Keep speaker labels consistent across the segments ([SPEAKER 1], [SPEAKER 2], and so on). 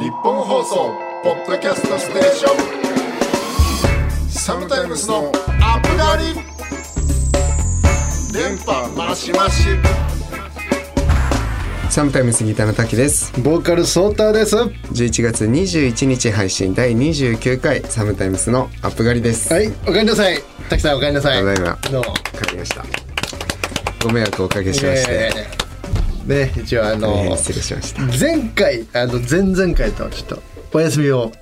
[SPEAKER 1] 日本放送ポッドキャストステーションサムタイムスのアップガリ電波マシマシ
[SPEAKER 2] サムタイムスギターの滝です
[SPEAKER 3] ボーカルソーターです。は
[SPEAKER 2] 11月21日配信第29回サムタイムスのアップ狩りです
[SPEAKER 3] い、おかえりなさい。たきさん、おかえりなさい。
[SPEAKER 2] ただいま
[SPEAKER 3] どうも。
[SPEAKER 2] わかりましたご迷惑をおかけしまして、
[SPEAKER 3] えーね、一応、あ
[SPEAKER 2] 大
[SPEAKER 3] の
[SPEAKER 2] 変、失礼しました
[SPEAKER 3] 前回、あの、前々回と、ちょっと、お休みを。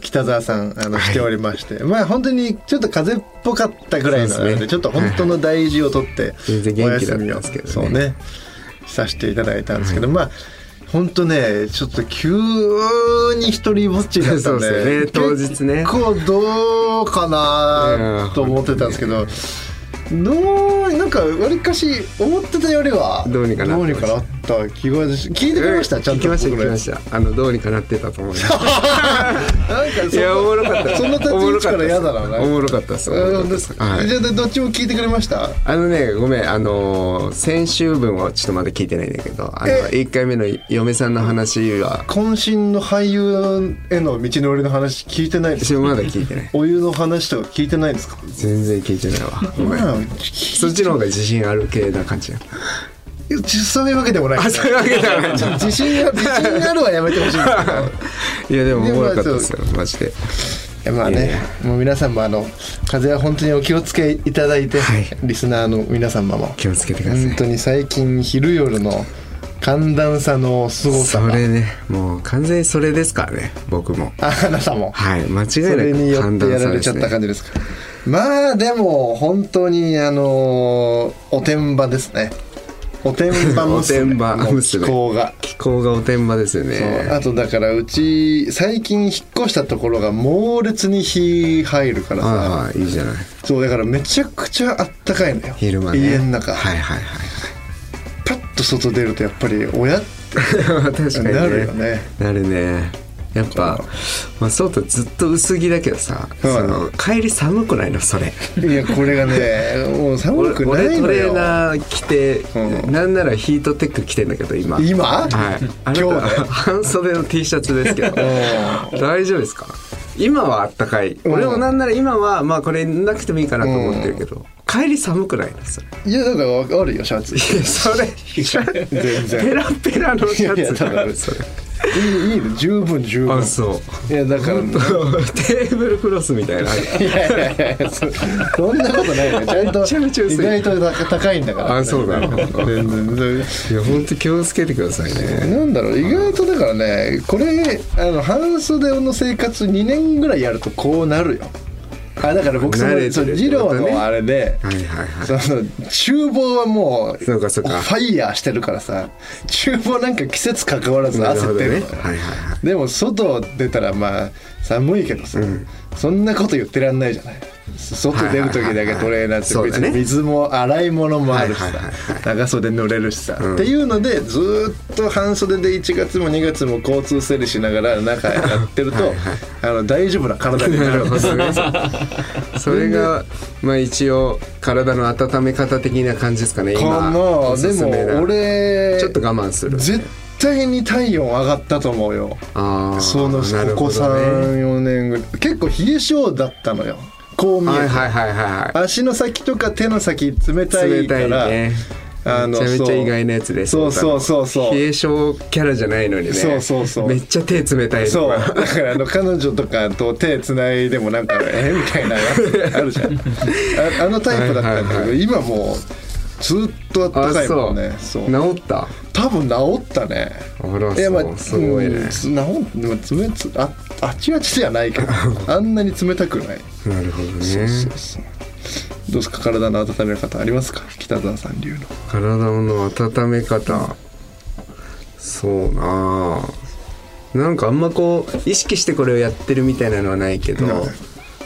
[SPEAKER 3] 北沢さんあの
[SPEAKER 2] はい
[SPEAKER 3] しておりまして、まあ本当にちょっと風邪っぽかったぐらいな
[SPEAKER 2] そう
[SPEAKER 3] の
[SPEAKER 2] で
[SPEAKER 3] です
[SPEAKER 2] ね
[SPEAKER 3] ちょっと本当の大事をとって
[SPEAKER 2] 全然元気だったんですけどね
[SPEAKER 3] そうねさせていただいたんですけど、まあ本当ねちょっと急に一人ぼっちになった
[SPEAKER 2] そう
[SPEAKER 3] んで
[SPEAKER 2] ですよね当日ね
[SPEAKER 3] 結構どうかなと思ってたんですけどどうなんかわりかし思ってたよりは
[SPEAKER 2] どうにかな
[SPEAKER 3] ど
[SPEAKER 2] って
[SPEAKER 3] うに
[SPEAKER 2] まし
[SPEAKER 3] か
[SPEAKER 2] た
[SPEAKER 3] なった気がし聞いてくれましたちゃんと
[SPEAKER 2] 聞きました
[SPEAKER 3] 僕
[SPEAKER 2] 聞き
[SPEAKER 3] のや
[SPEAKER 2] ま
[SPEAKER 3] つ
[SPEAKER 2] したあのどうにかなってたと思い ますい
[SPEAKER 3] なんかそんな
[SPEAKER 2] やおもろかった
[SPEAKER 3] そんな立ち
[SPEAKER 2] おも
[SPEAKER 3] 位
[SPEAKER 2] ろ
[SPEAKER 3] 置
[SPEAKER 2] か
[SPEAKER 3] か
[SPEAKER 2] っ
[SPEAKER 3] ら
[SPEAKER 2] た
[SPEAKER 3] 嫌だな
[SPEAKER 2] おも
[SPEAKER 3] ろ
[SPEAKER 2] ろかったです
[SPEAKER 3] です
[SPEAKER 2] はい
[SPEAKER 3] じゃあどっちも聞いてくれました
[SPEAKER 2] あのねごめんあのー先週分はちょっとまだ聞いてないんだけどあの
[SPEAKER 3] え
[SPEAKER 2] 1回目の嫁さんの話は
[SPEAKER 3] 渾身の俳優への道のりの話聞いてないです
[SPEAKER 2] 私もまだ聞いてない
[SPEAKER 3] お湯の話とか聞いてないですか
[SPEAKER 2] 全然聞いてないわごめん
[SPEAKER 3] まあ
[SPEAKER 2] そっちの方が自信ある系な感じ や
[SPEAKER 3] そういうわけでもない
[SPEAKER 2] あそういうわけではない
[SPEAKER 3] ちょ自信が自信があるはやめてほしいんです けど
[SPEAKER 2] いやでもおもろかったですよマジで
[SPEAKER 3] えまあ
[SPEAKER 2] いやい
[SPEAKER 3] ね
[SPEAKER 2] や
[SPEAKER 3] もう皆さんもあの風邪は本当にお気をつけいただいて、
[SPEAKER 2] はい
[SPEAKER 3] リスナーの皆様も
[SPEAKER 2] 気をつけてください
[SPEAKER 3] 本当に最近昼夜の寒暖差のすごさ
[SPEAKER 2] そ
[SPEAKER 3] が
[SPEAKER 2] れねもう完全にそれですからね僕も
[SPEAKER 3] ああなたも
[SPEAKER 2] はい間違
[SPEAKER 3] それに
[SPEAKER 2] いな
[SPEAKER 3] よ
[SPEAKER 2] く判
[SPEAKER 3] って
[SPEAKER 2] 断
[SPEAKER 3] や
[SPEAKER 2] さ
[SPEAKER 3] ら
[SPEAKER 2] れ
[SPEAKER 3] れち
[SPEAKER 2] です
[SPEAKER 3] ゃった
[SPEAKER 2] ね
[SPEAKER 3] 感じですかまあでも本当にあのーおてんばですねおてんば娘
[SPEAKER 2] おてんば娘
[SPEAKER 3] もう気候が
[SPEAKER 2] 気候がおてんばですよ
[SPEAKER 3] そう
[SPEAKER 2] ね
[SPEAKER 3] あとだからうち最近引っ越したところが猛烈に火入るからさ
[SPEAKER 2] ああいいじゃない
[SPEAKER 3] そうだからめちゃくちゃあったかいのよ
[SPEAKER 2] 昼間ね
[SPEAKER 3] 家の中、
[SPEAKER 2] はいはいはい
[SPEAKER 3] パッと外出るとやっぱり親って
[SPEAKER 2] 確かにね
[SPEAKER 3] なるよね
[SPEAKER 2] なるねやっぱ、まあ、外ずっと薄着だけどさ、
[SPEAKER 3] うん
[SPEAKER 2] その帰り寒くないのそれ
[SPEAKER 3] いやこれがね もう寒
[SPEAKER 2] 俺
[SPEAKER 3] くな
[SPEAKER 2] 俺
[SPEAKER 3] い
[SPEAKER 2] ト
[SPEAKER 3] の
[SPEAKER 2] レ
[SPEAKER 3] よ
[SPEAKER 2] ーナー着て、
[SPEAKER 3] うん
[SPEAKER 2] なんならヒートテック着てんだけど今
[SPEAKER 3] 今、
[SPEAKER 2] はい、あなた
[SPEAKER 3] 今日ね
[SPEAKER 2] 半袖の T シャツですけど大丈夫ですか今はあったかい、
[SPEAKER 3] ん
[SPEAKER 2] 俺もなんなら今はまあこれなくてもいいかなと思ってるけど、帰り寒くないのそれ
[SPEAKER 3] いやだからあるよシ ャツ
[SPEAKER 2] いやそれ
[SPEAKER 3] 全然
[SPEAKER 2] ペラペラのシ
[SPEAKER 3] いやい
[SPEAKER 2] ャ
[SPEAKER 3] や
[SPEAKER 2] ツ
[SPEAKER 3] だから
[SPEAKER 2] それ
[SPEAKER 3] いいいいの十分十分
[SPEAKER 2] あそう
[SPEAKER 3] いやだから、
[SPEAKER 2] テーブルクロスみたいない
[SPEAKER 3] やいやいやいやそそんなことないよちゃんと
[SPEAKER 2] めちゃめちゃ薄い
[SPEAKER 3] 意外と高高いんだから
[SPEAKER 2] あそうなの
[SPEAKER 3] 全然全
[SPEAKER 2] いや本当気をつけてくださいね
[SPEAKER 3] 然なんだろう意外とだからねこれあの半袖の生活2年ぐらいやるとこうなるよあだから僕そ
[SPEAKER 2] 慣れて
[SPEAKER 3] の
[SPEAKER 2] る
[SPEAKER 3] そう
[SPEAKER 2] って
[SPEAKER 3] 二
[SPEAKER 2] こと
[SPEAKER 3] 郎
[SPEAKER 2] ね
[SPEAKER 3] のあれで、
[SPEAKER 2] はいはいはい
[SPEAKER 3] その厨房はもう
[SPEAKER 2] そうかそうか
[SPEAKER 3] ファイヤーしてるからさ厨房なんか季節関わらず
[SPEAKER 2] なるほ
[SPEAKER 3] 焦っ
[SPEAKER 2] ど
[SPEAKER 3] てるの
[SPEAKER 2] ねは
[SPEAKER 3] よ
[SPEAKER 2] いはいはい
[SPEAKER 3] でも外出たらまあ寒いけどさ、そんなこと言ってらんないじゃない外出る時だけトレーナーって
[SPEAKER 2] はいはいはいはい そう
[SPEAKER 3] 別
[SPEAKER 2] だ
[SPEAKER 3] に
[SPEAKER 2] ね
[SPEAKER 3] 水も洗い物もあるし
[SPEAKER 2] はいはい
[SPEAKER 3] さ
[SPEAKER 2] はい
[SPEAKER 3] 長袖濡れるしさ、っていうのでずーっと半袖で1月も2月も交通整理しながら中やってるとあの大丈夫な体にな
[SPEAKER 2] なる
[SPEAKER 3] る
[SPEAKER 2] ほど ね。それがまあ一応体の温め方的な感じですかね。
[SPEAKER 3] か
[SPEAKER 2] 今
[SPEAKER 3] な
[SPEAKER 2] おすすめ
[SPEAKER 3] で
[SPEAKER 2] な
[SPEAKER 3] も俺
[SPEAKER 2] ちょっと我慢する。
[SPEAKER 3] 絶対に体温上がったと思うよ
[SPEAKER 2] あー
[SPEAKER 3] その
[SPEAKER 2] なる
[SPEAKER 3] ここ
[SPEAKER 2] ほどね
[SPEAKER 3] 34年ぐらい結構冷え性だったのよこう見えて、
[SPEAKER 2] はいはいはいは
[SPEAKER 3] 足の先とか手の先冷た
[SPEAKER 2] い。冷
[SPEAKER 3] いか
[SPEAKER 2] たい
[SPEAKER 3] ら
[SPEAKER 2] ね。
[SPEAKER 3] あ
[SPEAKER 2] め
[SPEAKER 3] の
[SPEAKER 2] ちゃめち
[SPEAKER 3] そ
[SPEAKER 2] ゃ
[SPEAKER 3] う
[SPEAKER 2] 意外なやつです。
[SPEAKER 3] そうそうそうそう
[SPEAKER 2] 冷え性キャラじゃないのにね。
[SPEAKER 3] そうそうそう
[SPEAKER 2] めっちゃ手冷たい。
[SPEAKER 3] そうだからあの彼女とかと手つないでもなんかえみたいなやつあるじゃんああのタイプだったんだけど、
[SPEAKER 2] はいはいは
[SPEAKER 3] 今もうずっとあった
[SPEAKER 2] あ
[SPEAKER 3] かい
[SPEAKER 2] そ
[SPEAKER 3] も
[SPEAKER 2] うん
[SPEAKER 3] ねそう。
[SPEAKER 2] 治った。
[SPEAKER 3] 多分治ったね
[SPEAKER 2] あら
[SPEAKER 3] いやまあ
[SPEAKER 2] そうすごいね
[SPEAKER 3] うんつ治んでも冷つああちあちではな いけどあんなに冷たくない
[SPEAKER 2] なるほどね。
[SPEAKER 3] そうそうどうですか体の温め方ありますか北澤さん流の
[SPEAKER 2] 体の温め方そうなあなんかあんまこう意識してこれをやってるみたいなのはないけど、
[SPEAKER 3] はい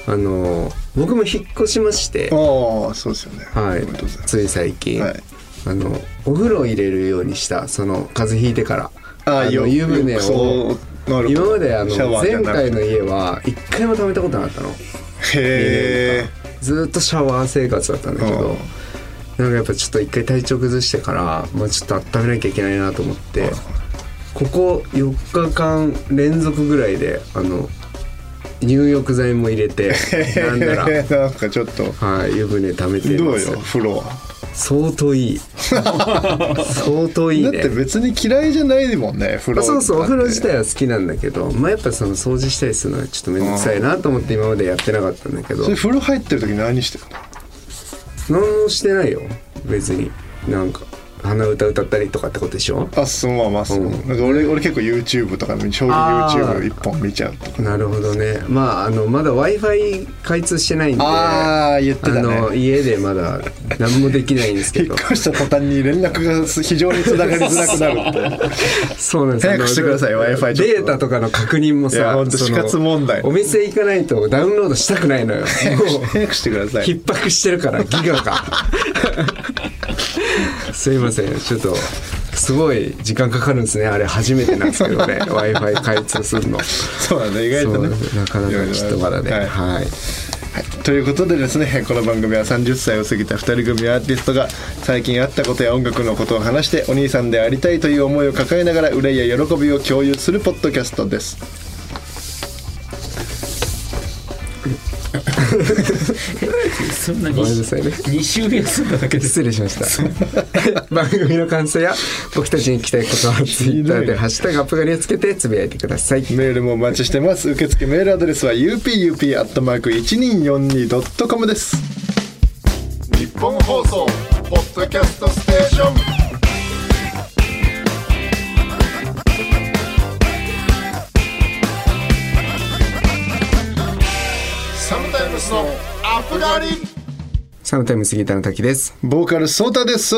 [SPEAKER 2] あの僕も引っ越しまして、
[SPEAKER 3] ああそうですよね
[SPEAKER 2] は
[SPEAKER 3] おめで
[SPEAKER 2] い、
[SPEAKER 3] とうございます
[SPEAKER 2] つい最近、
[SPEAKER 3] はい
[SPEAKER 2] あのお風呂を入れるようにしたその風邪ひいてから
[SPEAKER 3] ああ
[SPEAKER 2] の
[SPEAKER 3] よ
[SPEAKER 2] 湯船
[SPEAKER 3] よく
[SPEAKER 2] を
[SPEAKER 3] そうなるほど
[SPEAKER 2] 今まであの
[SPEAKER 3] シャワーじゃ
[SPEAKER 2] 前
[SPEAKER 3] なく
[SPEAKER 2] 回
[SPEAKER 3] て
[SPEAKER 2] の家は一回も食べたことなかったの
[SPEAKER 3] へ
[SPEAKER 2] ずーっとシャワー生活だったんだけど、
[SPEAKER 3] う
[SPEAKER 2] なん
[SPEAKER 3] ん
[SPEAKER 2] かやっぱちょっと一回体調崩してから、まあ、ちょっと温めなきゃいけないなと思って、ここ4日間連続ぐらいであの入浴剤も入れ てなんなら、はい、
[SPEAKER 3] なんかちょっと
[SPEAKER 2] 湯船溜めて
[SPEAKER 3] ど
[SPEAKER 2] ま
[SPEAKER 3] う
[SPEAKER 2] す
[SPEAKER 3] よ風呂は
[SPEAKER 2] 相当 いい相当いい
[SPEAKER 3] だっ
[SPEAKER 2] ね
[SPEAKER 3] て別に嫌いじゃないもんね風呂
[SPEAKER 2] あそうそうお
[SPEAKER 3] だって
[SPEAKER 2] 風呂自体は好きなんだけどまあやっぱその掃除したりするのはちょっと面倒くさいなと思って今までやってなかったんだけ ど
[SPEAKER 3] それ風呂入ってる時何してるの
[SPEAKER 2] 何もしてないよ別になんか鼻歌歌ったりとかってことでしょ
[SPEAKER 3] あそうまあまあそう、
[SPEAKER 2] うん
[SPEAKER 3] なんか俺俺結構 YouTube とか将
[SPEAKER 2] あー
[SPEAKER 3] 棋 YouTube 一本見ちゃうとか
[SPEAKER 2] なるほどねまああのまだ w i f i 開通してないんであ
[SPEAKER 3] ああ言ってた
[SPEAKER 2] の
[SPEAKER 3] ね
[SPEAKER 2] 家でまだ何もでき ないんですけ
[SPEAKER 3] 引っ
[SPEAKER 2] ど
[SPEAKER 3] 越した途端に連絡が非常につながりづらくなるって
[SPEAKER 2] そうなんです
[SPEAKER 3] 早くしてください
[SPEAKER 2] あの
[SPEAKER 3] Wi-Fi ちょっと
[SPEAKER 2] データとかの確認も
[SPEAKER 3] いや
[SPEAKER 2] さ
[SPEAKER 3] ほんと
[SPEAKER 2] その
[SPEAKER 3] 死活問題
[SPEAKER 2] お店行かないとダウンロードしたくないのよもう
[SPEAKER 3] 早くしてください
[SPEAKER 2] 逼迫してる からギガがすいませんちょっとすごい時間かかるんですねあれ初めてなんですけどね w i f i 開通するの
[SPEAKER 3] そうなんだね意外
[SPEAKER 2] そ
[SPEAKER 3] と
[SPEAKER 2] う
[SPEAKER 3] ね
[SPEAKER 2] なかなかちょっとまだね
[SPEAKER 3] はい
[SPEAKER 2] はい
[SPEAKER 3] ということでですねこの番組は30歳を過ぎた2人組アーティストが最近あったことや音楽のことを話してお兄さんでありたいという思いを抱えながら憂いや喜びを共有するポッドキャストです。
[SPEAKER 4] そんな
[SPEAKER 2] ご
[SPEAKER 4] に
[SPEAKER 2] めんなさいね
[SPEAKER 4] 2週休んだだけです
[SPEAKER 2] 失礼しま した番組の感想や僕たちに聞きたいことは Twitter で「ハッシュタグアップガリ」をつけてつぶやいてください
[SPEAKER 3] メールもお待ちしてます。受付メールアドレスは upup.1242.com です。
[SPEAKER 1] 日本放送ポッドキャストステーションサムタイムスのアップガリ
[SPEAKER 2] サムタイム杉田の滝です
[SPEAKER 3] ボーカルソータです。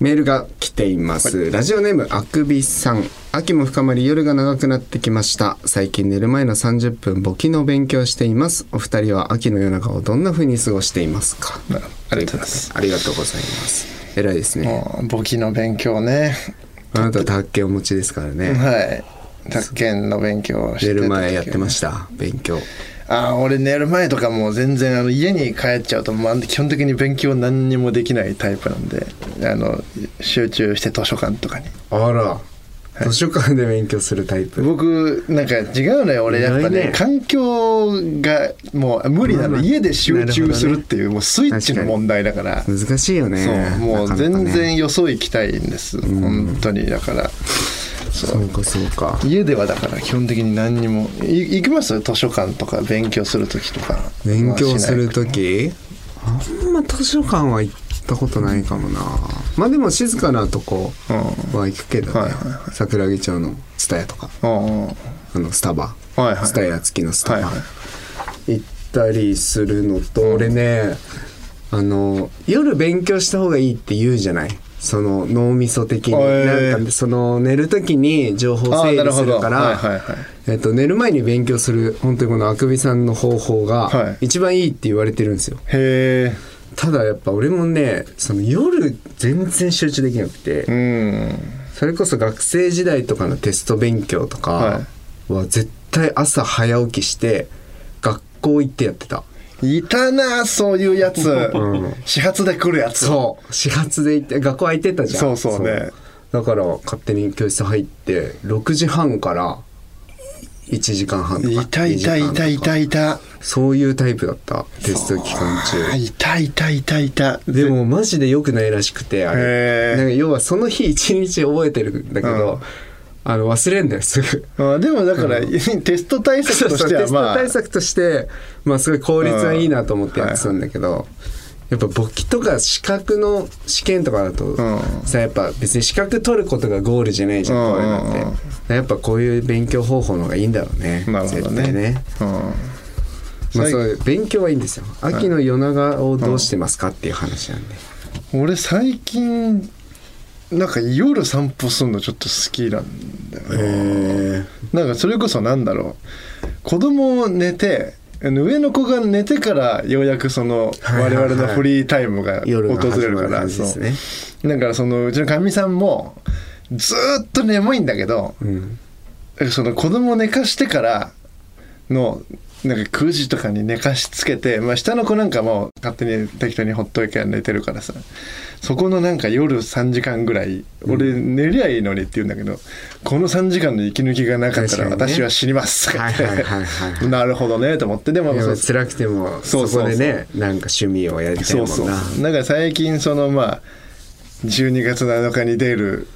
[SPEAKER 2] メールが来ています、ラジオネームあくびさん秋も深まり夜が長くなってきました最近寝る前の30分簿記の勉強をしていますお二人は秋の夜中をどんな風に過ごしていますか
[SPEAKER 3] ありがとうございます。
[SPEAKER 2] ありがとうございます偉いですね
[SPEAKER 3] もう簿記の勉強ね。
[SPEAKER 2] あなたは卓球をお持ちですからね
[SPEAKER 3] はい。宅建の勉強をして
[SPEAKER 2] 寝
[SPEAKER 3] た時
[SPEAKER 2] る前やってました勉強
[SPEAKER 3] あー俺寝る前とかもう全然あの家に帰っちゃうと、まあ、基本的に勉強何にもできないタイプなんであの集中して図書館とかに
[SPEAKER 2] あら図書館で勉強するタイプ
[SPEAKER 3] 僕なんか違うのよ俺やっ
[SPEAKER 2] な
[SPEAKER 3] ぱ
[SPEAKER 2] い
[SPEAKER 3] ね
[SPEAKER 2] ね
[SPEAKER 3] 環境がもう無理
[SPEAKER 2] まあ
[SPEAKER 3] なの
[SPEAKER 2] まあ
[SPEAKER 3] 家で集中するっていうもうスイッチの
[SPEAKER 2] 確かに
[SPEAKER 3] 問題だから
[SPEAKER 2] 難しいよね
[SPEAKER 3] そうも
[SPEAKER 2] な
[SPEAKER 3] う
[SPEAKER 2] かなか
[SPEAKER 3] 全
[SPEAKER 2] ね
[SPEAKER 3] 然よそ行きたいんです本当にだから
[SPEAKER 2] そうかそうか
[SPEAKER 3] 家ではだから基本的に何にもい行きます図書館とか勉強する時とか
[SPEAKER 2] 勉強する
[SPEAKER 3] まあしない
[SPEAKER 2] 時あんま図書館は行ったことないかもなまあでも静かなとこは行くけどね、
[SPEAKER 3] はいはい
[SPEAKER 2] 桜木町のスタヤとか
[SPEAKER 3] うんうんはい
[SPEAKER 2] あのスタバ、
[SPEAKER 3] はい
[SPEAKER 2] スタヤ付きのスタ
[SPEAKER 3] は
[SPEAKER 2] バ、
[SPEAKER 3] いはい
[SPEAKER 2] 行ったりするのと、俺ねあの夜勉強した方がいいって言うじゃないその脳みそ的に、
[SPEAKER 3] へー
[SPEAKER 2] なんかその寝る時に情報
[SPEAKER 3] ああ
[SPEAKER 2] 整
[SPEAKER 3] なる
[SPEAKER 2] 理す
[SPEAKER 3] ほ
[SPEAKER 2] る
[SPEAKER 3] ど
[SPEAKER 2] から、
[SPEAKER 3] はいはいはい
[SPEAKER 2] えっと、寝る前に勉強する本当にこのあくびさんの方法
[SPEAKER 3] は
[SPEAKER 2] が
[SPEAKER 3] い
[SPEAKER 2] 一番いいって言われてるんですよ、
[SPEAKER 3] へ
[SPEAKER 2] ただやっぱ俺もねその夜全然集中できなくて、
[SPEAKER 3] えうん
[SPEAKER 2] それこそ学生時代とかのテスト勉強と
[SPEAKER 3] は
[SPEAKER 2] かは絶対朝早起きして学校行ってやってた、
[SPEAKER 3] いたなそういうやつ、
[SPEAKER 2] ん
[SPEAKER 3] 始発で来るやつ
[SPEAKER 2] そう始発で行って学校空いてたじゃん
[SPEAKER 3] そうそうね
[SPEAKER 2] そうだから勝手に教室入って6時半から1時間半とか
[SPEAKER 3] いたいたいたい
[SPEAKER 2] 2時間とか
[SPEAKER 3] たいた
[SPEAKER 2] そういうタイプだったテスト期間中
[SPEAKER 3] あいたいたいたいた
[SPEAKER 2] でもマジで良くないらしくてあ
[SPEAKER 3] へ
[SPEAKER 2] れ
[SPEAKER 3] ー
[SPEAKER 2] なんか要はその日一日覚えてるんだけど、
[SPEAKER 3] うん
[SPEAKER 2] あの忘れんだよすぐ。
[SPEAKER 3] あでもだから、テスト対策として
[SPEAKER 2] テス
[SPEAKER 3] は
[SPEAKER 2] ト
[SPEAKER 3] まあ
[SPEAKER 2] 対策として、まあ、すごい効率はいいなと思ってやってたんだけど、やっぱ簿記とか資格の試験とかだと、
[SPEAKER 3] ん
[SPEAKER 2] さやっぱ別に資格取ることがゴールじゃないじゃん、
[SPEAKER 3] うん
[SPEAKER 2] こういうのって
[SPEAKER 3] うんう
[SPEAKER 2] だ
[SPEAKER 3] ん
[SPEAKER 2] からやっぱこういう勉強方法の方がいいんだろうね
[SPEAKER 3] なるほど
[SPEAKER 2] 絶対
[SPEAKER 3] ね
[SPEAKER 2] ね、
[SPEAKER 3] う
[SPEAKER 2] まあ、
[SPEAKER 3] 最
[SPEAKER 2] そういう勉強はいいんですよ秋の夜長をどうしてますかっていう話なんで、
[SPEAKER 3] ん、俺最近なんか夜散歩するのちょっと好きなんだよねなんかそれこそなんだろう子供を寝てあの上の子が寝てからようやくその
[SPEAKER 2] いは
[SPEAKER 3] 我
[SPEAKER 2] い
[SPEAKER 3] 々のフリータイムが訪
[SPEAKER 2] 夜が始
[SPEAKER 3] れる
[SPEAKER 2] ま
[SPEAKER 3] か
[SPEAKER 2] る
[SPEAKER 3] ら
[SPEAKER 2] 感じで
[SPEAKER 3] そ
[SPEAKER 2] すね
[SPEAKER 3] うだからそのうちのかみさんもずーっと眠いんだけど
[SPEAKER 2] うん
[SPEAKER 3] その子供寝かしてからのなんか9時とかに寝かしつけて、まあ、下の子なんかもう勝手に適当にほっといて寝てるからさそこのなんか夜3時間ぐらい俺寝りゃいいのにって言うんだけど、この3時間の息抜きがなかった
[SPEAKER 2] 確か
[SPEAKER 3] ら
[SPEAKER 2] にね
[SPEAKER 3] 私は死にますとか言って
[SPEAKER 2] はいはいはい はいはい
[SPEAKER 3] なるほどねと思ってでも
[SPEAKER 2] で
[SPEAKER 3] そ
[SPEAKER 2] も
[SPEAKER 3] う
[SPEAKER 2] 辛くても
[SPEAKER 3] そ
[SPEAKER 2] そう
[SPEAKER 3] そうそう
[SPEAKER 2] こでねなんか趣味をやりたい
[SPEAKER 3] そ
[SPEAKER 2] も
[SPEAKER 3] うん
[SPEAKER 2] な
[SPEAKER 3] そうだから最近そのまあ12月7日に出る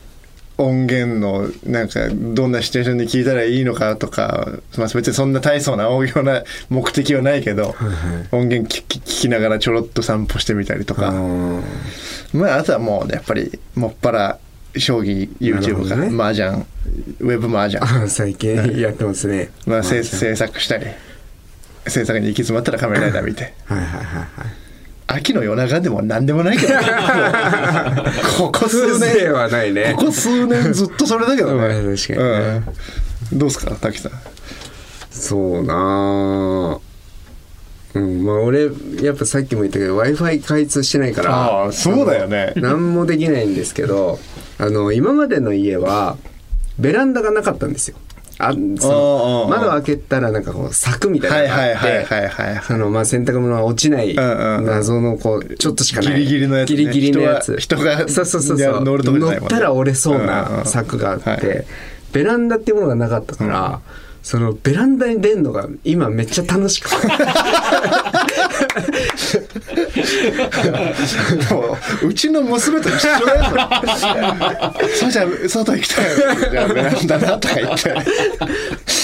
[SPEAKER 3] 音源のなんかどんなシチュエーションで聞いたらいいのかとか、まあ、別にそんな大層な大ような 目的はないけど、音源聞き聞きながらちょろっと散歩してみたりと
[SPEAKER 2] あ
[SPEAKER 3] か、
[SPEAKER 2] のー
[SPEAKER 3] まあ、あとはもうねやっぱりもっぱら将棋
[SPEAKER 2] なるほ
[SPEAKER 3] YouTube
[SPEAKER 2] ど
[SPEAKER 3] か、
[SPEAKER 2] ね
[SPEAKER 3] 麻雀ウェブ 麻雀
[SPEAKER 2] あ最近やってますね
[SPEAKER 3] まあ制
[SPEAKER 2] はい
[SPEAKER 3] 制作したり制作に行き詰まったらカメラライダー見て。
[SPEAKER 2] はいはいはい
[SPEAKER 3] 秋の夜中でも何で もないけどもうここ数
[SPEAKER 2] 風情
[SPEAKER 3] 年
[SPEAKER 2] はないね
[SPEAKER 3] ここ数年ずっとそれだけどね、
[SPEAKER 2] うん確かにね
[SPEAKER 3] うんどうすか滝さん
[SPEAKER 2] そうなあうんまあ俺やっぱさっきも言ったけど w i f i 開通してないから
[SPEAKER 3] ああそうだよね
[SPEAKER 2] あの何もできないんですけどあの今までの家はベランダがなかったんですよあそ
[SPEAKER 3] ああああ
[SPEAKER 2] の窓開けたらなんかこう柵みた
[SPEAKER 3] はい
[SPEAKER 2] な
[SPEAKER 3] い
[SPEAKER 2] のが
[SPEAKER 3] は
[SPEAKER 2] あ
[SPEAKER 3] い
[SPEAKER 2] っ
[SPEAKER 3] はい
[SPEAKER 2] て
[SPEAKER 3] はいはい
[SPEAKER 2] そのまあ洗濯物が落ちない
[SPEAKER 3] うんうん
[SPEAKER 2] 謎のこうちょっとしかない
[SPEAKER 3] ギリギリのやつね
[SPEAKER 2] ギリギリのやつ
[SPEAKER 3] 人が人が
[SPEAKER 2] そうそうそう
[SPEAKER 3] いや
[SPEAKER 2] そう
[SPEAKER 3] 乗るとこじゃないもんね
[SPEAKER 2] 乗ったら折れそう
[SPEAKER 3] うんうんうん
[SPEAKER 2] な柵があって、
[SPEAKER 3] はい
[SPEAKER 2] ベランダっていうものがなかったから、そのベランダに出るのが今めっちゃ楽しく て
[SPEAKER 3] もううちの娘と一緒だよ それそうじゃん外行きたいじゃあベランダだとか言って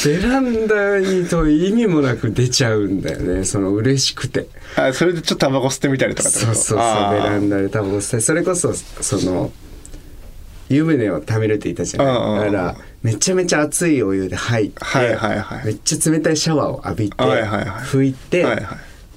[SPEAKER 2] ベランダにと意味もなく出ちゃうんだよねその嬉しくて
[SPEAKER 3] あそれでちょっとタバコ吸ってみたりとかって
[SPEAKER 2] そ
[SPEAKER 3] こと
[SPEAKER 2] うそうそうベ
[SPEAKER 3] あー
[SPEAKER 2] ランダでタバコ吸ってそれこそその湯船をためるって言ったじゃ
[SPEAKER 3] うんうんう
[SPEAKER 2] ない
[SPEAKER 3] ん
[SPEAKER 2] だからめちゃめちゃ熱いお湯で入って、
[SPEAKER 3] はいはいはい
[SPEAKER 2] めっちゃ冷たいシャワーを浴びて、
[SPEAKER 3] はいはいはい
[SPEAKER 2] 拭いて、
[SPEAKER 3] はいはい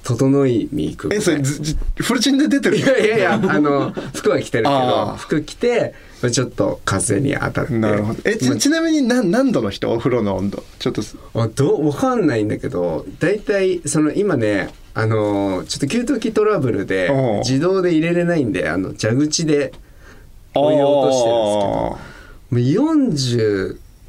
[SPEAKER 2] 整いに行くみたい
[SPEAKER 3] え
[SPEAKER 2] な
[SPEAKER 3] それずずフルチンで出てる
[SPEAKER 2] いやいやいやあの服は着てるけ
[SPEAKER 3] あ
[SPEAKER 2] ど
[SPEAKER 3] ー
[SPEAKER 2] 服着てちょっと風に当たって
[SPEAKER 3] なるほどえちちなみに何何度の人お風呂の温度ちょっと
[SPEAKER 2] あどうわかんないんだけど大体その今ねあのーちょっと給湯器トラブルで
[SPEAKER 3] おう
[SPEAKER 2] 自動で入れれないんであの蛇口でお湯を落としてるんですけどもう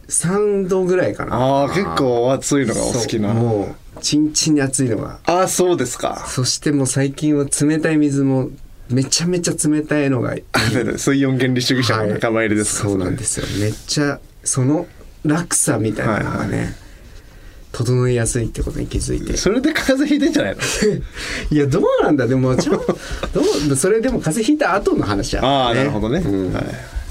[SPEAKER 2] 43度ぐらいかな
[SPEAKER 3] あー結構熱いのがお好きな
[SPEAKER 2] そうもうチンチンに熱いのが
[SPEAKER 3] ああそうですか
[SPEAKER 2] そしてもう最近は冷たい水もめちゃめちゃ冷たいのがいい
[SPEAKER 3] 水温原理主義者の仲間入りですか、
[SPEAKER 2] はいそうなんですすよめっちゃその落差みたいなのがね、整いやすいってことに気づいて
[SPEAKER 3] それで風邪ひいてんじゃないの
[SPEAKER 2] いやどうなんだでもちょど うそれでも風邪ひいた後の話や
[SPEAKER 3] ああなるほどね、
[SPEAKER 2] うん
[SPEAKER 3] はい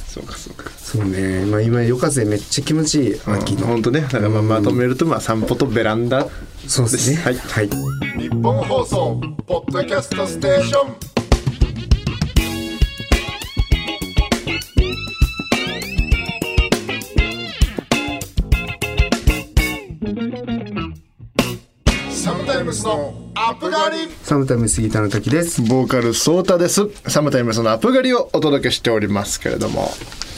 [SPEAKER 3] そうかそうか
[SPEAKER 2] そうね、まあ、今夜風めっちゃ気持ちいい秋の、
[SPEAKER 3] 本当ねだからまあまとめるとまあ散歩とベランダ
[SPEAKER 2] そうですね
[SPEAKER 3] はい
[SPEAKER 2] はい
[SPEAKER 1] 日本放送ポッドキャストステーションサムタイムスのアップガリ
[SPEAKER 2] サムタイム杉田の時です
[SPEAKER 3] ボーカルソータですサムタイムそのアップ狩りをお届けしておりますけれども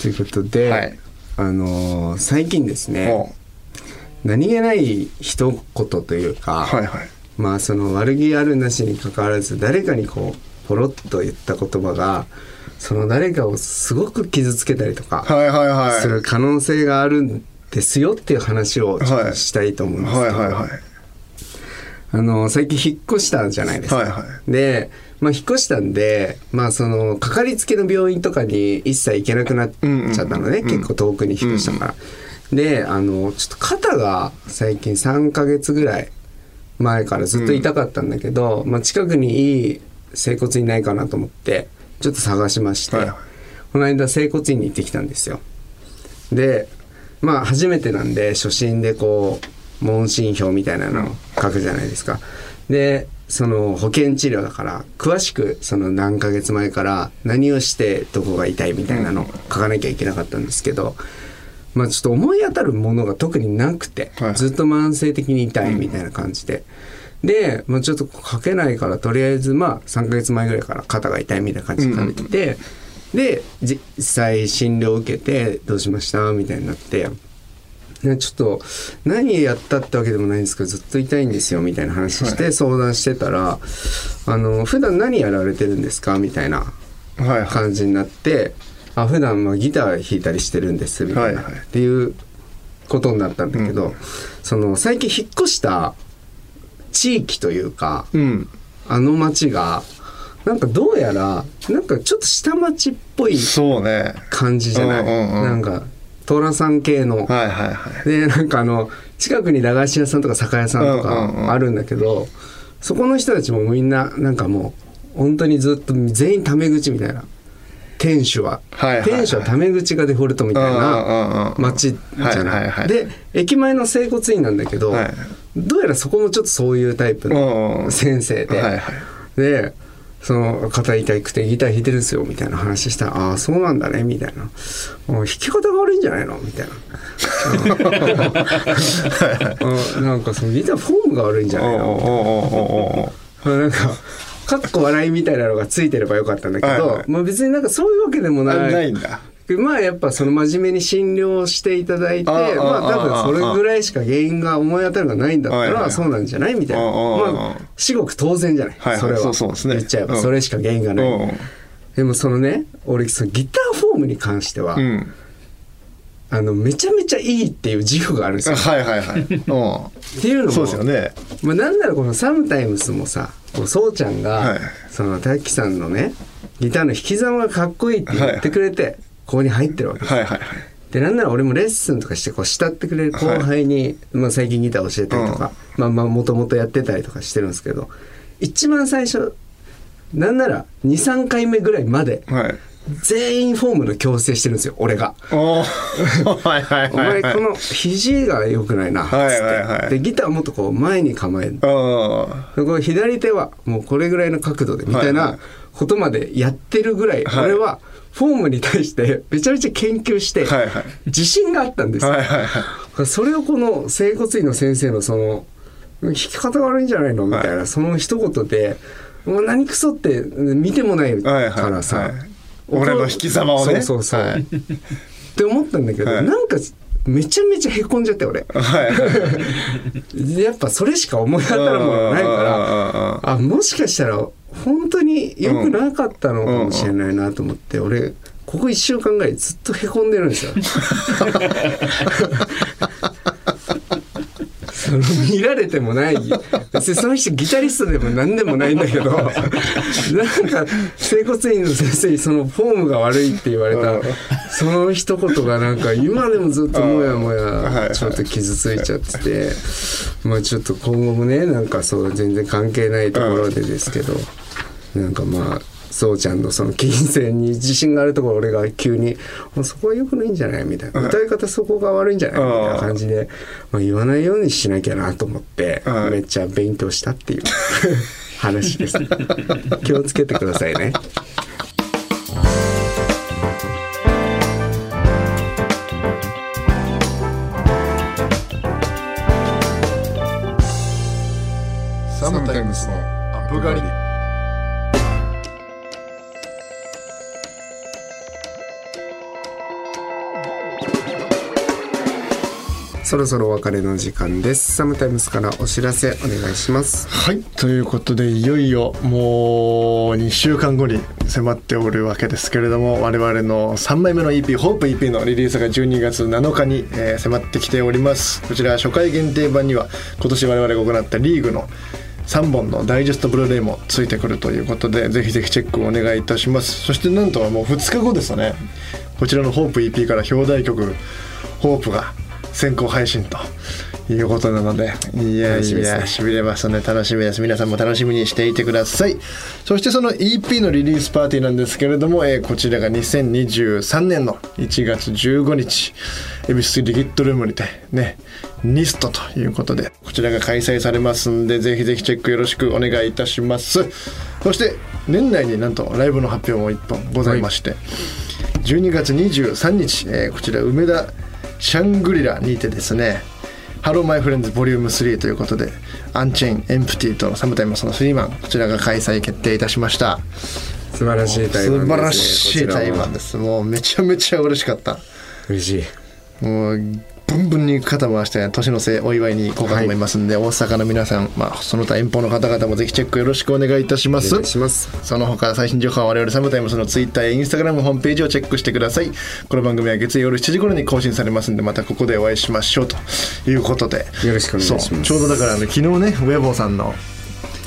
[SPEAKER 2] ということで、
[SPEAKER 3] はい
[SPEAKER 2] あのー最近ですね
[SPEAKER 3] も
[SPEAKER 2] 何気ない一言というか、
[SPEAKER 3] うはいはい
[SPEAKER 2] まあその悪気あるなしに関わらず誰かにこうポロッと言った言葉がその誰かをすごく傷つけたりとか
[SPEAKER 3] はいはいはい
[SPEAKER 2] する可能性があるんですよっていう話をちょっとしたいと思うんですけど、
[SPEAKER 3] はいはいはい
[SPEAKER 2] あの最近引っ越したじゃないですか。
[SPEAKER 3] はいは
[SPEAKER 2] でまあ、引っ越したんで、まあ、そのかかりつけの病院とかに一切行けなくなっちゃったのね、結構遠くに引っ越したから。であのちょっと肩が最近3ヶ月ぐらい前からずっと痛かったんだけど、まあ、近くにいい整骨院ないかなと思ってちょっと探しまして、
[SPEAKER 3] はいはい
[SPEAKER 2] この間整骨院に行ってきたんですよ。でまあ初めてなんで初診でこう問診票みたいなのを書くじゃないですか。でその保険治療だから詳しくその何ヶ月前から何をしてどこが痛いみたいなのを書かなきゃいけなかったんですけど、まあ、ちょっと思い当たるものが特になくて、
[SPEAKER 3] はい
[SPEAKER 2] ずっと慢性的に痛いみたいな感じで。で、まあ、ちょっと書けないからとりあえずまあ3ヶ月前ぐらいから肩が痛いみたいな感じで書いてて、で実際診療を受けてどうしましたみたいになって。ねちょっと何やったってわけでもないんですけどずっと痛いんですよみたいな話して相談してたら「あの普段何やられてるんですか?」みたいな
[SPEAKER 3] はいはい
[SPEAKER 2] 感じになって「あ普段まあギター弾いたりしてるんです」みたいな、
[SPEAKER 3] はいはい
[SPEAKER 2] っていうことになったんだけど、その最近引っ越した地域というか
[SPEAKER 3] うん
[SPEAKER 2] あの町がなんかどうやらなんかちょっと下町っぽい
[SPEAKER 3] そうね
[SPEAKER 2] 感じじゃない、
[SPEAKER 3] うんうんうん
[SPEAKER 2] なんか寅さん系の、
[SPEAKER 3] はいはいはい
[SPEAKER 2] でなんかあの近くに駄菓子屋さんとか酒屋さんと
[SPEAKER 3] うんうんう
[SPEAKER 2] か
[SPEAKER 3] ん
[SPEAKER 2] あるんだけど、そこの人たちもみんななんかもう本当にずっと全員タメ口みたいな店主は,、
[SPEAKER 3] はいはいはい
[SPEAKER 2] 店主はタメ口がデフォルトみたい
[SPEAKER 3] うんうんうん
[SPEAKER 2] な
[SPEAKER 3] うん
[SPEAKER 2] 街じゃない,、
[SPEAKER 3] はいはいはい
[SPEAKER 2] で駅前の整骨院なんだけど、
[SPEAKER 3] はい
[SPEAKER 2] どうやらそこもちょっとそういうタイプ
[SPEAKER 3] うんう
[SPEAKER 2] の
[SPEAKER 3] ん
[SPEAKER 2] 先生で、
[SPEAKER 3] はいはい
[SPEAKER 2] でその肩痛くてギター弾いてるんですよみたいな話したら「ああーそうなんだね」みたいな「もう弾き方が悪いんじゃないの?」みたい なうんなんかそのギターフォームが悪いんじゃ
[SPEAKER 3] おう
[SPEAKER 2] ないの
[SPEAKER 3] おうおうおうおう
[SPEAKER 2] なんかかっこ笑いみたいなのがついてればよかったんだけど、
[SPEAKER 3] はいはい
[SPEAKER 2] まあ、別になんかそういうわけでも
[SPEAKER 3] あ
[SPEAKER 2] ない
[SPEAKER 3] ないんだ
[SPEAKER 2] まあやっぱその真面目に診療していただいて
[SPEAKER 3] あー
[SPEAKER 2] まあ
[SPEAKER 3] あー
[SPEAKER 2] 多分それぐらいしか原因が思い当たるのがないんだった
[SPEAKER 3] はいは
[SPEAKER 2] ら
[SPEAKER 3] い
[SPEAKER 2] そうなんじゃないみたいな
[SPEAKER 3] あーあー
[SPEAKER 2] まあ至極当然じゃない、
[SPEAKER 3] はいはい
[SPEAKER 2] それは
[SPEAKER 3] そうそうですね
[SPEAKER 2] 言っちゃえば
[SPEAKER 3] うん
[SPEAKER 2] それしか原因がない、
[SPEAKER 3] う
[SPEAKER 2] でもそのね俺そのギターフォームに関しては、
[SPEAKER 3] んうん
[SPEAKER 2] あのめちゃめちゃいいっていう自負があるんですよ
[SPEAKER 3] はいは いはいうん
[SPEAKER 2] っていうのも
[SPEAKER 3] そうですよね
[SPEAKER 2] まあ、なんならこの「サムタイムス」もさこうそうちゃんが、
[SPEAKER 3] はい
[SPEAKER 2] そのたきさんのねギターの弾きざまがかっこいいって言ってくれて、ここに入ってるわけ
[SPEAKER 3] はいはいはい
[SPEAKER 2] でなんなら俺もレッスンとかしてこう慕ってくれる後輩に、まあ、最近ギター教えたりとか、まあまあもともとやってたりとかしてるんですけど一番最初なんなら23回目ぐらいまで
[SPEAKER 3] はい
[SPEAKER 2] 全員フォームの矯正してるんですよ俺が。
[SPEAKER 3] おーはいはい
[SPEAKER 2] お
[SPEAKER 3] はい
[SPEAKER 2] 前
[SPEAKER 3] はい
[SPEAKER 2] この肘が良くないなっつって、
[SPEAKER 3] はいはいはい
[SPEAKER 2] でギターもっとこう前に構える
[SPEAKER 3] あ
[SPEAKER 2] これ左手はもうこれぐらいの角度でみたい
[SPEAKER 3] はいは
[SPEAKER 2] ないことまでやってるぐらい、
[SPEAKER 3] はい
[SPEAKER 2] 俺はフォームに対してめちゃめちゃ研究して
[SPEAKER 3] はいはい
[SPEAKER 2] 自信があったんです
[SPEAKER 3] ー
[SPEAKER 2] よ、
[SPEAKER 3] はいはいはい
[SPEAKER 2] それをこの整骨院の先生のその弾き方が悪いんじゃないのみたいな、
[SPEAKER 3] は
[SPEAKER 2] その一言でもう何クソって見てもないか
[SPEAKER 3] はいはい
[SPEAKER 2] らさ、
[SPEAKER 3] はい俺の引き様をね
[SPEAKER 2] そうそうそう、
[SPEAKER 3] はい
[SPEAKER 2] って思ったんだけど、
[SPEAKER 3] はい
[SPEAKER 2] なんかめちゃめちゃへこんじゃって俺
[SPEAKER 3] はいはい
[SPEAKER 2] やっぱそれしか思い当たるものないから
[SPEAKER 3] ら
[SPEAKER 2] あもしかしたら本当に良くなかったのかもしれないなと思って、俺ここ1週間ぐらいずっとへこんでるん ですよ。その見られてもない別にその人ギタリストでも何でもないんだけ どなんか整骨院の先生にそのフォームが悪いって言われ
[SPEAKER 3] う
[SPEAKER 2] た
[SPEAKER 3] ん
[SPEAKER 2] その一言がなんか今でもずっともやも
[SPEAKER 3] うんはいは
[SPEAKER 2] や
[SPEAKER 3] い
[SPEAKER 2] ちょっと傷ついちゃっててまあちょっと今後もねなんかそう全然関係ないところでですけど、なんかまあそうちゃんのその金銭に自信があるところ俺が急に「もうそこは良くないんじゃない?」みたいな「歌い方そこが悪いんじゃない?」みたいな感じで、まあ、言わないようにしなきゃなと思って、
[SPEAKER 3] うん
[SPEAKER 2] めっちゃ勉強したっていう話です。気をつけてくださいね。
[SPEAKER 1] サムタイムスのアップ狩り
[SPEAKER 2] そろそろお別れの時間です。サムタイムスからお知らせお願いします。
[SPEAKER 3] はいということでいよいよもう2週間後に迫っておるわけですけれども我々の3枚目の EP「HOPEP」のリリースが12月7日に、えー迫ってきておりますこちら初回限定版には今年我々が行ったリーグの3本のダイジェストブルーレイもついてくるということでぜひぜひチェックをお願いいたしますそしてなんともう2日後ですねこちらの「HOPEP」から表題曲「HOPE」が先行配信ということなのでいや
[SPEAKER 2] 楽し
[SPEAKER 3] い
[SPEAKER 2] みですね
[SPEAKER 3] やしびれますね楽しみです皆さんも楽しみにしていてくださいそしてその EP のリリースパーティーなんですけれども、えーこちらが2023年の1月15日恵比寿リキッドルームにてねニストということでこちらが開催されますんでぜひぜひチェックよろしくお願いいたしますそして年内になんとライブの発表も1本ございまして、12月23日、えーこちら梅田シャングリラにてですね「ハローマイフレンズボリューム3ということで「アンチェインエンプティ」と「サムタイムスのスリーマン」こちらが開催決定いたしました
[SPEAKER 2] 素晴らしい対
[SPEAKER 3] 素
[SPEAKER 2] 話です、ね。
[SPEAKER 3] 晴らしい
[SPEAKER 2] こちらも
[SPEAKER 3] 対話ですもうめちゃめちゃ嬉しかった
[SPEAKER 2] 嬉しい。
[SPEAKER 3] もうブンブンに肩回して年の瀬お祝いに行こうかと思いますんで、大阪の皆さん、まあ、その他遠方の方々もぜひチェックよろしくお願いいたしま
[SPEAKER 2] お
[SPEAKER 3] す
[SPEAKER 2] 願いします
[SPEAKER 3] その他最新情報は我々サムタイムスのツイッターやインスタグラムホームページをチェックしてくださいこの番組は月曜夜7時頃に更新されますんでまたここでお会いしましょうということで
[SPEAKER 2] よろしくお願いします
[SPEAKER 3] そうちょうどだからあの昨日ねウェボーさんの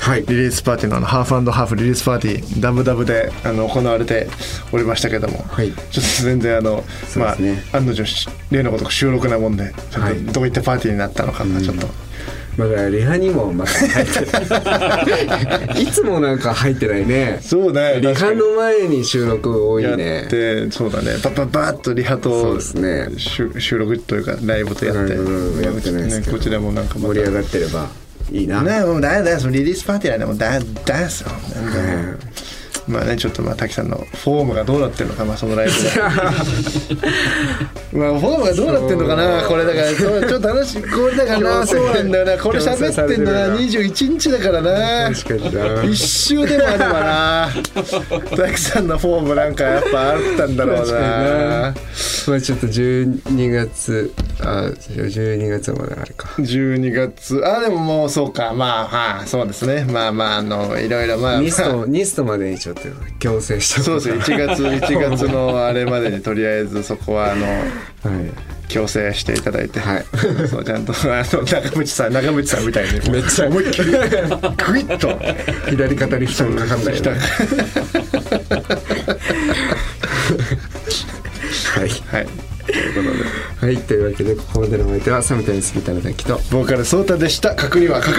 [SPEAKER 2] はい
[SPEAKER 3] リリースパーティーのあのハーフハーフリリースパーティーダブダブであの行われておりましたけども、
[SPEAKER 2] はい
[SPEAKER 3] ちょっと全然あの、
[SPEAKER 2] う
[SPEAKER 3] ま
[SPEAKER 2] ですね
[SPEAKER 3] あ案の定し例のごとく収録なもんでちょっ
[SPEAKER 2] は
[SPEAKER 3] と
[SPEAKER 2] い
[SPEAKER 3] どういったパーティーになったのか、ちょっと
[SPEAKER 2] だからリハにもまた入ってないいつもなんか入ってないね
[SPEAKER 3] そうね
[SPEAKER 2] リハの前に収録多い
[SPEAKER 3] やっ
[SPEAKER 2] ね
[SPEAKER 3] てそうだねバッバッバッとリハ
[SPEAKER 2] そう
[SPEAKER 3] と
[SPEAKER 2] ですね
[SPEAKER 3] 収収録というかライブとやって、
[SPEAKER 2] うんうんやってないですけど
[SPEAKER 3] ねこちらもなんかまた
[SPEAKER 2] 盛り上がってればいいな、
[SPEAKER 3] ねもうだよだよそのリリースパーティーなんでもうだよだよそんなんだよ
[SPEAKER 2] うん
[SPEAKER 3] まあねちょっとまあ滝さんのフォームがどうなってるの かまあそのライブで まあフォームがどうなってるのかなこれだからそうちょっと楽しいこれだからなそうなんだよなこれ喋ってんだな21日だからな
[SPEAKER 2] 確かにな
[SPEAKER 3] 一周でもあ ればな滝さんのフォームなんかやっぱあったんだろう
[SPEAKER 2] 確か
[SPEAKER 3] な
[SPEAKER 2] になまあちょっと12月あ12月はまだあれか
[SPEAKER 3] 12月あでももうそうかまあはあそうですねまあまああのいろいろまあ
[SPEAKER 2] ニストニストまでにちょっと強制した
[SPEAKER 3] そうですね1月1月のあれまでにとりあえずそこ はあの
[SPEAKER 2] はい
[SPEAKER 3] 強制していただいて、
[SPEAKER 2] はい
[SPEAKER 3] そうちゃんとあの中渕さん中渕さんみたいに
[SPEAKER 2] めっちゃ思いっきり
[SPEAKER 3] クイッ と
[SPEAKER 2] 左肩に負担かかんない
[SPEAKER 3] 来
[SPEAKER 2] よ
[SPEAKER 3] た
[SPEAKER 2] ね
[SPEAKER 3] は
[SPEAKER 2] はい
[SPEAKER 3] い
[SPEAKER 2] はいというわけでここまでのお相手はサムタイムスギターの滝と
[SPEAKER 3] ボーカルソータでした角には角